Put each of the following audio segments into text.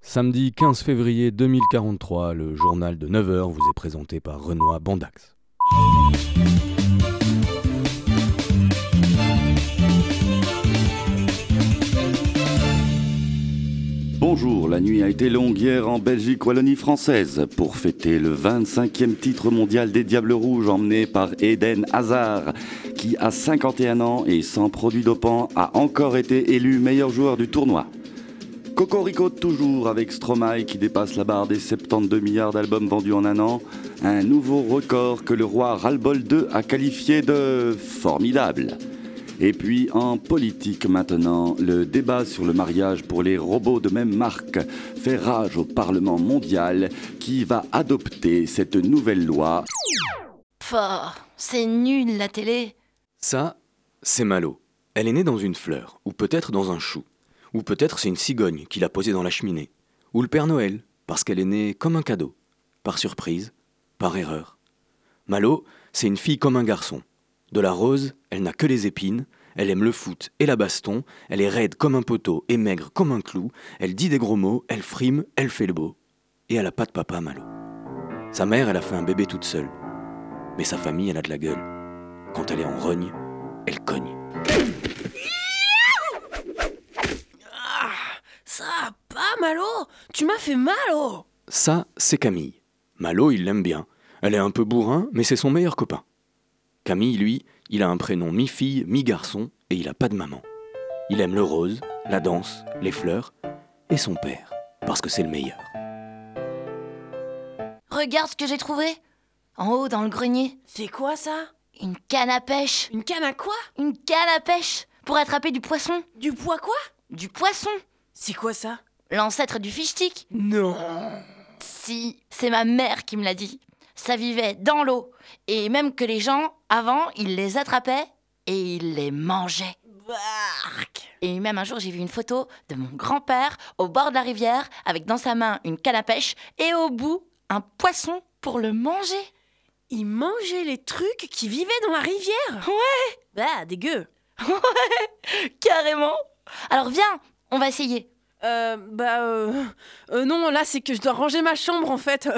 Samedi 15 février 2043, le journal de 9h vous est présenté par Renoir Bandax. Bonjour, la nuit a été longue hier en Belgique, colonie française, pour fêter le 25e titre mondial des Diables Rouges emmené par Eden Hazard, qui à 51 ans et sans produit dopant a encore été élu meilleur joueur du tournoi. Cocorico toujours avec Stromae qui dépasse la barre des 72 milliards d'albums vendus en un an, un nouveau record que le roi Ralbol II a qualifié de formidable. Et puis en politique maintenant, le débat sur le mariage pour les robots de même marque fait rage au Parlement mondial qui va adopter cette nouvelle loi. Fort, c'est nul la télé. Ça, c'est Malo. Elle est née dans une fleur, ou peut-être dans un chou. Ou peut-être c'est une cigogne qui l'a posée dans la cheminée. Ou le Père Noël, parce qu'elle est née comme un cadeau. Par surprise, par erreur. Malo, c'est une fille comme un garçon. De la rose, elle n'a que les épines, elle aime le foot et la baston, elle est raide comme un poteau et maigre comme un clou, elle dit des gros mots, elle frime, elle fait le beau. Et elle a pas de papa, Malo. Sa mère, elle a fait un bébé toute seule. Mais sa famille, elle a de la gueule. Quand elle est en rogne, elle cogne. Ça va pas, Malo Tu m'as fait mal, oh Ça, c'est Camille. Malo, il l'aime bien. Elle est un peu bourrin, mais c'est son meilleur copain. Camille, lui, il a un prénom mi-fille, mi-garçon, et il a pas de maman. Il aime le rose, la danse, les fleurs, et son père, parce que c'est le meilleur. Regarde ce que j'ai trouvé En haut, dans le grenier. C'est quoi ça Une canne à pêche Une canne à quoi Une canne à pêche Pour attraper du poisson Du poids quoi Du poisson C'est quoi ça L'ancêtre du fichtique Non Si, c'est ma mère qui me l'a dit. Ça vivait dans l'eau. Et même que les gens, avant, ils les attrapaient et ils les mangeaient. Bark Et même un jour, j'ai vu une photo de mon grand-père au bord de la rivière avec dans sa main une canne à pêche et au bout un poisson pour le manger. Ils mangeaient les trucs qui vivaient dans la rivière Ouais Bah, dégueu Carrément. Alors viens, on va essayer. Euh, bah, euh... euh, non, là, c'est que je dois ranger ma chambre, en fait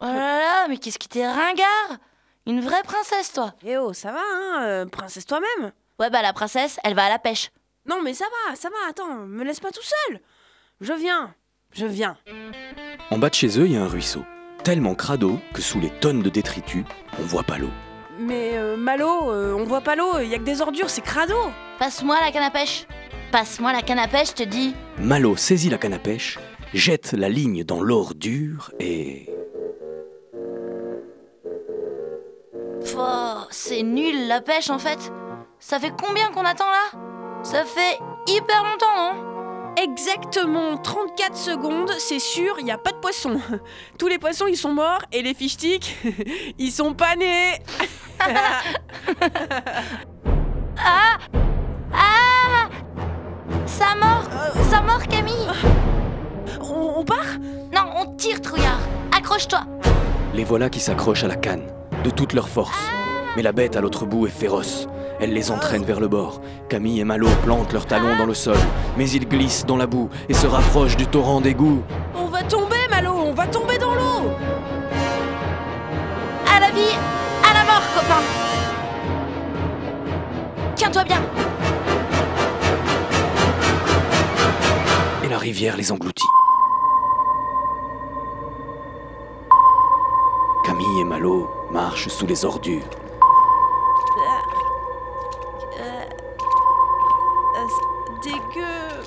Oh là là, mais qu'est-ce qui t'es ringard Une vraie princesse, toi. Eh oh, ça va, hein euh, Princesse toi-même Ouais, bah la princesse, elle va à la pêche. Non, mais ça va, ça va, attends, me laisse pas tout seul Je viens Je viens En bas de chez eux, il y a un ruisseau. Tellement crado que sous les tonnes de détritus, on voit pas l'eau. Mais euh, Malo, euh, on voit pas l'eau, y a que des ordures, c'est crado Passe-moi la canne à pêche. Passe-moi la canne à pêche, je te dis. Malo saisit la canne à pêche, jette la ligne dans l'or dur et. Pfff, c'est nul la pêche en fait. Ça fait combien qu'on attend là Ça fait hyper longtemps, non Exactement 34 secondes, c'est sûr, il n'y a pas de poisson. Tous les poissons, ils sont morts et les fichetiques, ils sont pas nés. Ah Ah Ça mord Ça mord, Camille Euh, On, on part Non, on tire, trouillard Accroche-toi Les voilà qui s'accrochent à la canne, de toute leur force. Mais la bête à l'autre bout est féroce. Elle les entraîne vers le bord. Camille et Malo plantent leurs talons dans le sol, mais ils glissent dans la boue et se rapprochent du torrent d'égout. On va tomber, Malo, on va tomber dans l'eau À la vie À la mort, copain Tiens-toi bien Et la rivière les engloutit. Camille et Malo marchent sous les ordures. Dégueu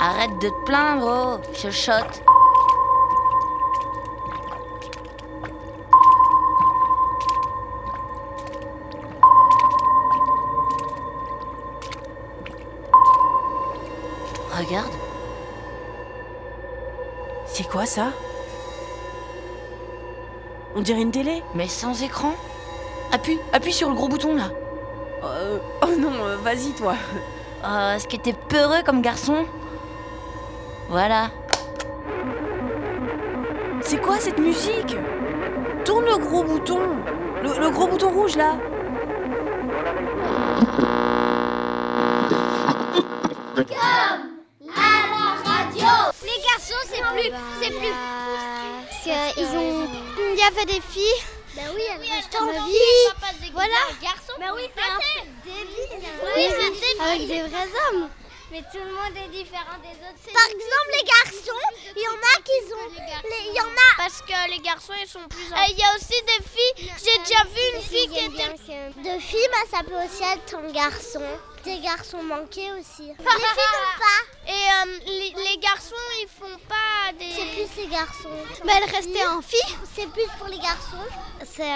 Arrête de te plaindre, oh Chuchote Regarde, C'est quoi ça On dirait une télé mais sans écran Appuie, appuie sur le gros bouton là Euh, Oh non, euh, vas-y toi Oh, est-ce que t'es peureux comme garçon Voilà. C'est quoi cette musique Tourne le gros bouton le, le gros bouton rouge là à la radio. non plus, c'est plus. Ah bah, Parce que ils ont. Il y avait des filles. Bah oui, oui dans ma la vie. vie, Voilà. voilà. Garçon. Bah oui, c'est un peu débile. des- avec des vrais hommes. Mais tout le monde est différent des autres. c'est Par nul. exemple, les garçons, il y en a qui ont. les- Il y en a. Parce que les garçons, ils sont plus. Euh, Il y a aussi des filles. J'ai déjà vu une fille qui était. De filles, ça peut aussi être un garçon. Des garçons manqués aussi. Et euh, les, les garçons, ils font pas des. C'est plus les garçons. Bah, elle restait en fille. C'est plus pour les garçons. C'est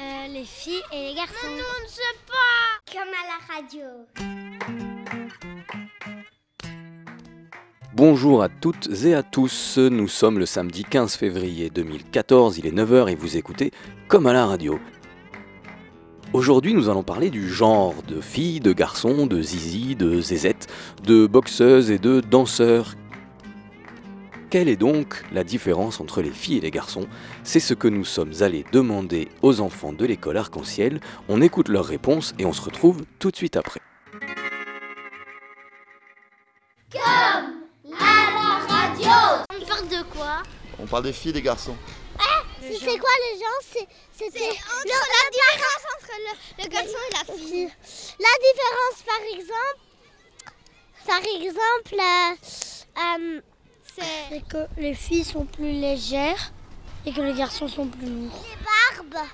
Euh, les filles et les garçons. on ne sait pas. Comme à la radio. Bonjour à toutes et à tous, nous sommes le samedi 15 février 2014, il est 9h et vous écoutez comme à la radio. Aujourd'hui nous allons parler du genre de filles, de garçons, de zizi, de zézettes, de boxeuses et de danseurs. Quelle est donc la différence entre les filles et les garçons C'est ce que nous sommes allés demander aux enfants de l'école arc-en-ciel. On écoute leurs réponses et on se retrouve tout de suite après. On parle de quoi On parle des filles et des garçons. C'est quoi le genre C'est- C'était La différence entre le, le garçon et la fille. la différence par exemple. Par exemple, euh, euh, c'est que les filles sont plus légères et que les garçons sont plus lourds. Les barbes,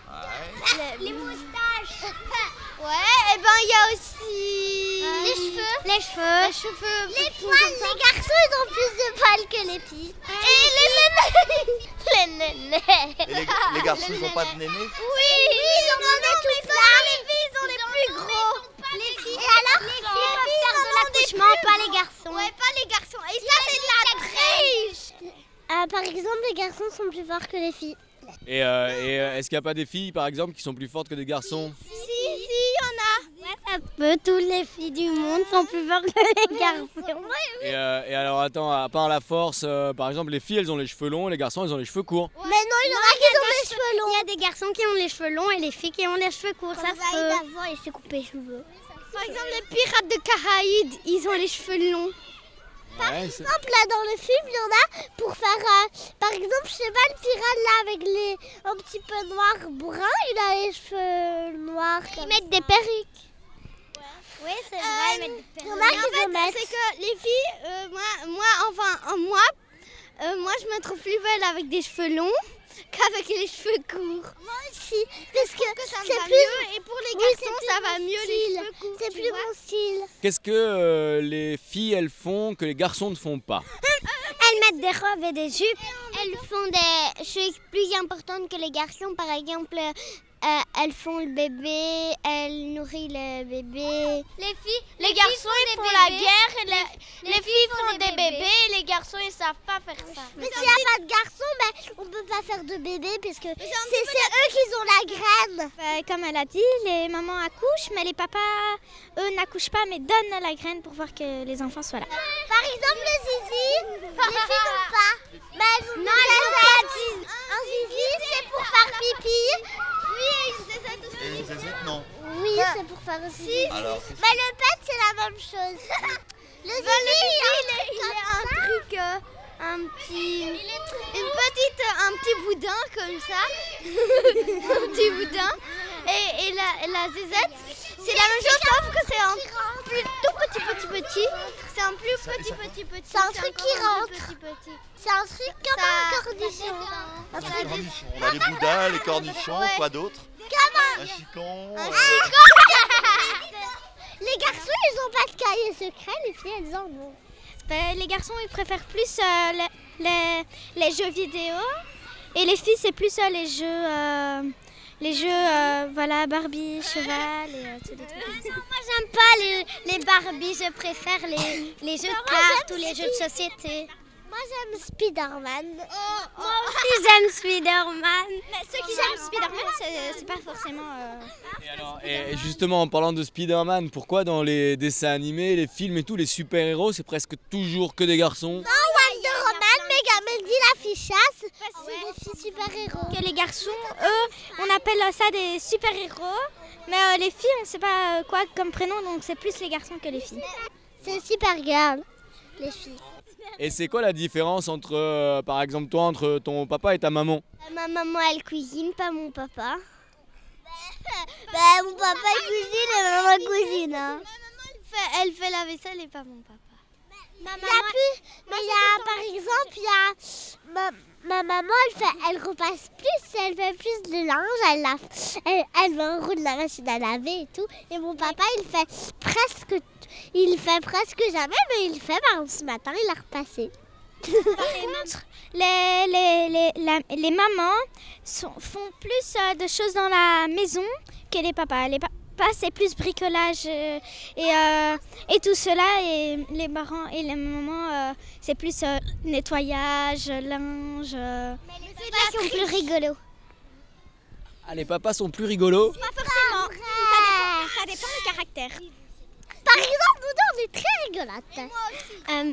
les, moustaches. eh Ouais, et ben il y a aussi Les cheveux. Euh, Les cheveux. Les cheveux. Les poils, les garçons ils ont plus de poils que les filles. Et les Les nénés. Et les, les garçons, ils n'ont pas de néné Oui, ils en ont des tout plein. Les filles, ils ont les plus gros. Les filles, et alors les filles peuvent faire de l'accouchement, pas les garçons. Ouais, pas les garçons. Et ça, c'est de la triche. par exemple, les garçons sont plus forts que les filles. Et, euh, et, euh, est-ce qu'il n'y a pas des filles, par exemple, qui sont plus fortes que des garçons Si, si, il y en a. Ouais, ça peut. Toutes les filles du monde sont plus fortes que les garçons. et, euh, et alors, attends, à part la force, euh, par exemple, les filles, elles ont les cheveux longs et les garçons, ils ont les cheveux courts. Mais non, il y en a qui ont les cheveux longs. Il y a des garçons qui ont les cheveux longs et les filles qui ont les cheveux courts. Ça se peut. avant, il s'est coupé les cheveux. Par exemple, les pirates de Caraïbes, ils ont les cheveux longs. Ouais, c'est- exemple, là, dans le film, il y en a pour faire, euh, par exemple, je sais pas, le pirate, là, avec les, un petit peu noir, brun, il a les cheveux noirs. Ils mettent des perruques. Euh, Oui, c'est vrai, ils mettent des perruques. Il y en a qui en mettent. C'est que les filles, euh, moi, moi, enfin, euh, moi, euh, moi, je me trouve plus belle avec des cheveux longs qu'avec les cheveux courts. aussi, parce que, Ça me c'est va plus... mieux. Et pour les oui, c'est garçons, plus ça va mon mieux les style. cheveux courts. C'est tu plus vois. mon style. Qu'est-ce que euh, les filles, elles font que les garçons ne font pas Elles mettent des robes et des jupes. Elles font des choses plus importantes que les garçons. Par exemple, euh, elles font le bébé, elles nourrissent le bébé. Les filles, les Les filles garçons, font ils des font la bébés. guerre. et les- les Les filles font des bébés. et Les garçons, ils savent pas faire ça. Mais s'il n'y a pas de garçons, ben, on peut pas faire de bébé parce que c'est c'est eux qui ont la graine. Euh, comme elle a dit, les mamans accouchent, mais les papas, eux, n'accouchent pas, mais donnent la graine pour voir que les enfants soient là. Par exemple, le zizi, les filles n'ont pas. Ben, Mais elles ont non, un zizi. Un zizi, c'est pour faire pipi. Oui, ils essaient tous Et les zézettes, non. Oui, c'est pour faire aussi. Alors, Mais le pet, c'est la même chose. Bah, Le zizi, il, a un truc, euh, un petit, une petite, euh, un petit boudin comme ça, un petit boudin. Et, et la, et la zézette, c'est la même chose, sauf que c'est un plus tout petit, petit, petit. C'est un plus petit, petit, petit. C'est un truc qui rentre. C'est un truc comme un c'est des cornichon. cornichons. On a les bouddhas, les cornichons, quoi d'autre Un chicon. euh, Les garçons, ils ont pas de cahier secret, les filles, elles en ont. Ben, les garçons, ils préfèrent plus euh, les, les- les jeux vidéo. Et les filles, c'est plus euh, les jeux, euh, les jeux euh, voilà, Barbie, cheval et euh, tous les trucs. moi, j'aime pas les, Barbie, je préfère les, jeux de cartes ou les jeux de société. Moi, j'aime Spider-Man. Moi aussi, j'aime Spider-Man. ceux qui aiment Spider-Man, c'est pas forcément... euh, et, alors, et- et justement, en parlant de Spider-Man, pourquoi dans les dessins animés, les films et tout, les super-héros, c'est presque toujours que des garçons Wonder Woman, Megameldy, la fichasse. C'est des filles super-héros. Que les garçons, eux, on appelle ça des super-héros. Mais euh, les filles, on sait pas euh, quoi comme prénom, donc c'est plus les garçons que les filles. C'est super-girl, les filles. Et c'est quoi la différence entre, euh, par exemple, toi, entre ton papa et ta maman Euh, Ma maman, elle cuisine, pas mon papa. Bah, mon papa, il cuisine et maman cuisine. Hein. Fait- Elle fait la vaisselle et pas mon papa. Il y a plus, mais il y a, par exemple, il y a... Ma, ma maman, elle, fait, elle repasse plus, elle fait plus de linge, elle, lave, elle, elle enroule la machine à laver et tout. Et mon papa, il fait presque... Il fait presque jamais, mais il fait, bah, ce matin, il a repassé. les, les, les, la- les mamans sont- font plus euh, de choses dans la maison que les papas. Les papas, c'est plus bricolage euh, et, euh, et tout cela. Et les parents et les mamans, euh, c'est plus euh, nettoyage, linge. euh. C'est pas sont plus rigolo. Ah, les papas sont plus rigolos Ça dépend du caractère. Euh, Par exemple, nous, on est très rigolotes. Euh,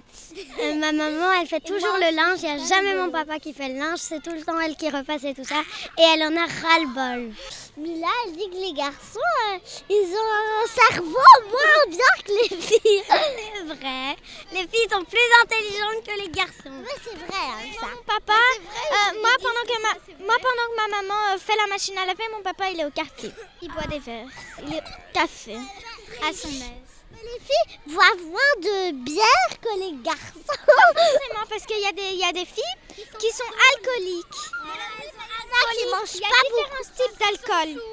euh, ma maman, elle fait toujours le linge. Il n'y a jamais mon papa qui fait le linge. C'est tout le temps elle qui repasse et tout ça. Et elle en a ras-le-bol. Mila, elle dit que les garçons, euh, ils ont un cerveau moins bien que les filles. C'est vrai. Les filles sont plus intelligentes que les garçons. Ouais, c'est vrai, hein, ça. Papa, euh, moi, pendant que ma, moi, pendant que ma maman euh, fait la machine à laver, mon papa, il est au café. Il boit des verres. Il est au café. À son aise. Les filles boivent moins de bière que les garçons. Forcément, parce qu'il y, a des- il y a des filles qui sont alcooliques. qui Il mangent y a pas beaucoup. différents types d'alcool.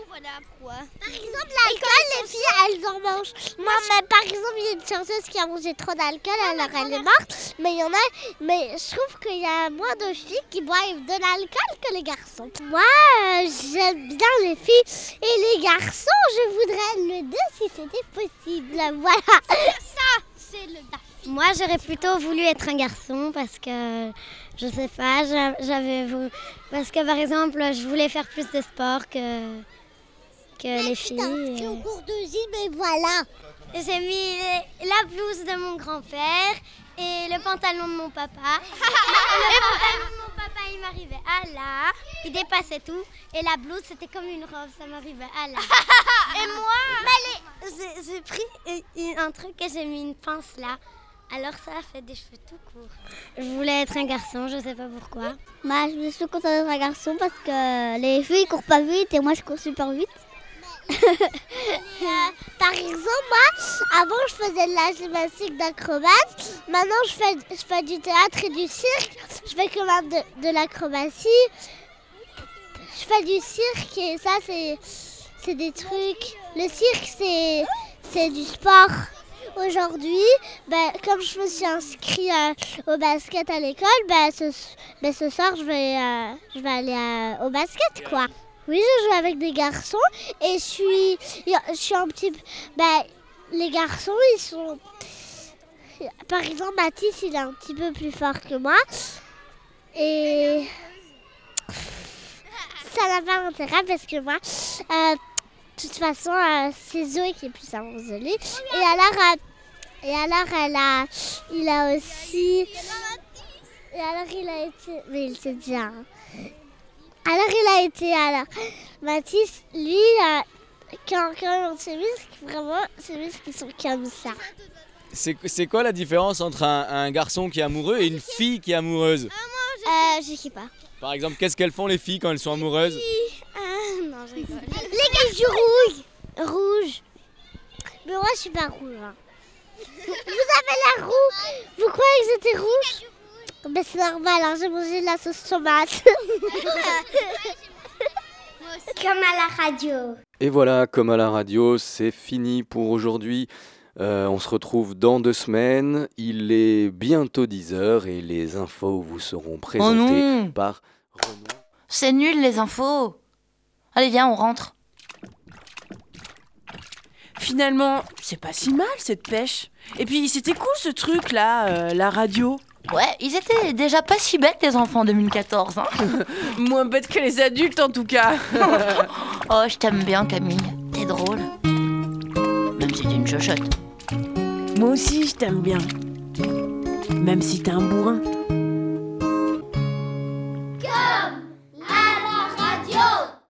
Par exemple, l'alcool, les filles, elles en mangent. Moi, mais par exemple, il y a une chanteuse qui a mangé trop d'alcool, alors elle est morte. Mais il y en a, mais je trouve qu'il y a moins de filles qui boivent de l'alcool que les garçons. Moi, euh, j'aime bien les filles et les garçons. Je voudrais le deux si c'était possible. Voilà. Ça, c'est le Moi, j'aurais plutôt voulu être un garçon parce que je sais pas, j'a- j'avais vou- parce que par exemple, je voulais faire plus de sport que que les filles. au cours de gym et voilà. J'ai mis la blouse de mon grand-père et le pantalon de mon papa. le pantalon de mon papa, il m'arrivait à là, il dépassait tout et la blouse, c'était comme une robe, ça m'arrivait à là. et moi, j'ai- j'ai pris une- une- un truc et j'ai mis une pince là. Alors ça a fait des cheveux tout courts. Je voulais être un garçon, je sais pas pourquoi. Bah, je me suis contente d'être un garçon parce que les filles courent pas vite et moi je cours super vite. Euh, par exemple, moi, avant je faisais de la gymnastique d'acrobate. Maintenant, je fais, je fais du théâtre et du cirque. Je fais que même de, de l'acrobatie. Je fais du cirque et ça, c'est, c'est des trucs. Le cirque, c'est, c'est du sport. Aujourd'hui, bah, comme je me suis inscrite euh, au basket à l'école, bah, ce, ben, ce soir, je vais, euh, je vais aller euh, au basket, quoi. Oui, je joue avec des garçons et je suis, je suis un petit... p- Ben, les garçons, ils sont... Par exemple, Mathis, il est un petit peu plus fort que moi. Et... Ça n'a pas d'intérêt parce que moi, euh, de toute façon, euh, c'est Zoé qui est plus avance-lui. Et alors, euh, et alors elle a, il a aussi... Et alors il a été. Mais il sait déjà. hein. Alors il a été. Alors. Mathis, lui, euh, quand, quand on se muscle, vraiment, ses muscles ils sont comme ça. C'est c'est quoi la différence entre un, un garçon qui est amoureux et une fille qui est amoureuse Ah, Euh, je sais pas. Par exemple, qu'est-ce qu'elles font les filles quand elles sont amoureuses Ah, non, je rigole. Les gars, je rouge Rouge. Mais moi, je suis pas rouge. hein. Vous avez la roue Vous croyez que j'étais rouge Mais c'est normal, hein, j'ai mangé de la sauce tomate. Comme à la radio. Et voilà, comme à la radio, c'est fini pour aujourd'hui. Euh, on se retrouve dans deux semaines. Il est bientôt 10h et les infos vous seront présentées non par Renaud. C'est nul les infos. Allez, viens, on rentre. Finalement, c'est pas si mal cette pêche. Et puis c'était cool ce truc là, euh, la radio. Ouais, ils étaient déjà pas si bêtes les enfants en 2014. Hein Moins bête que les adultes en tout cas. oh, je t'aime bien Camille, t'es drôle. Même si t'es une chochotte. Moi aussi je t'aime bien. Même si t'es un bourrin.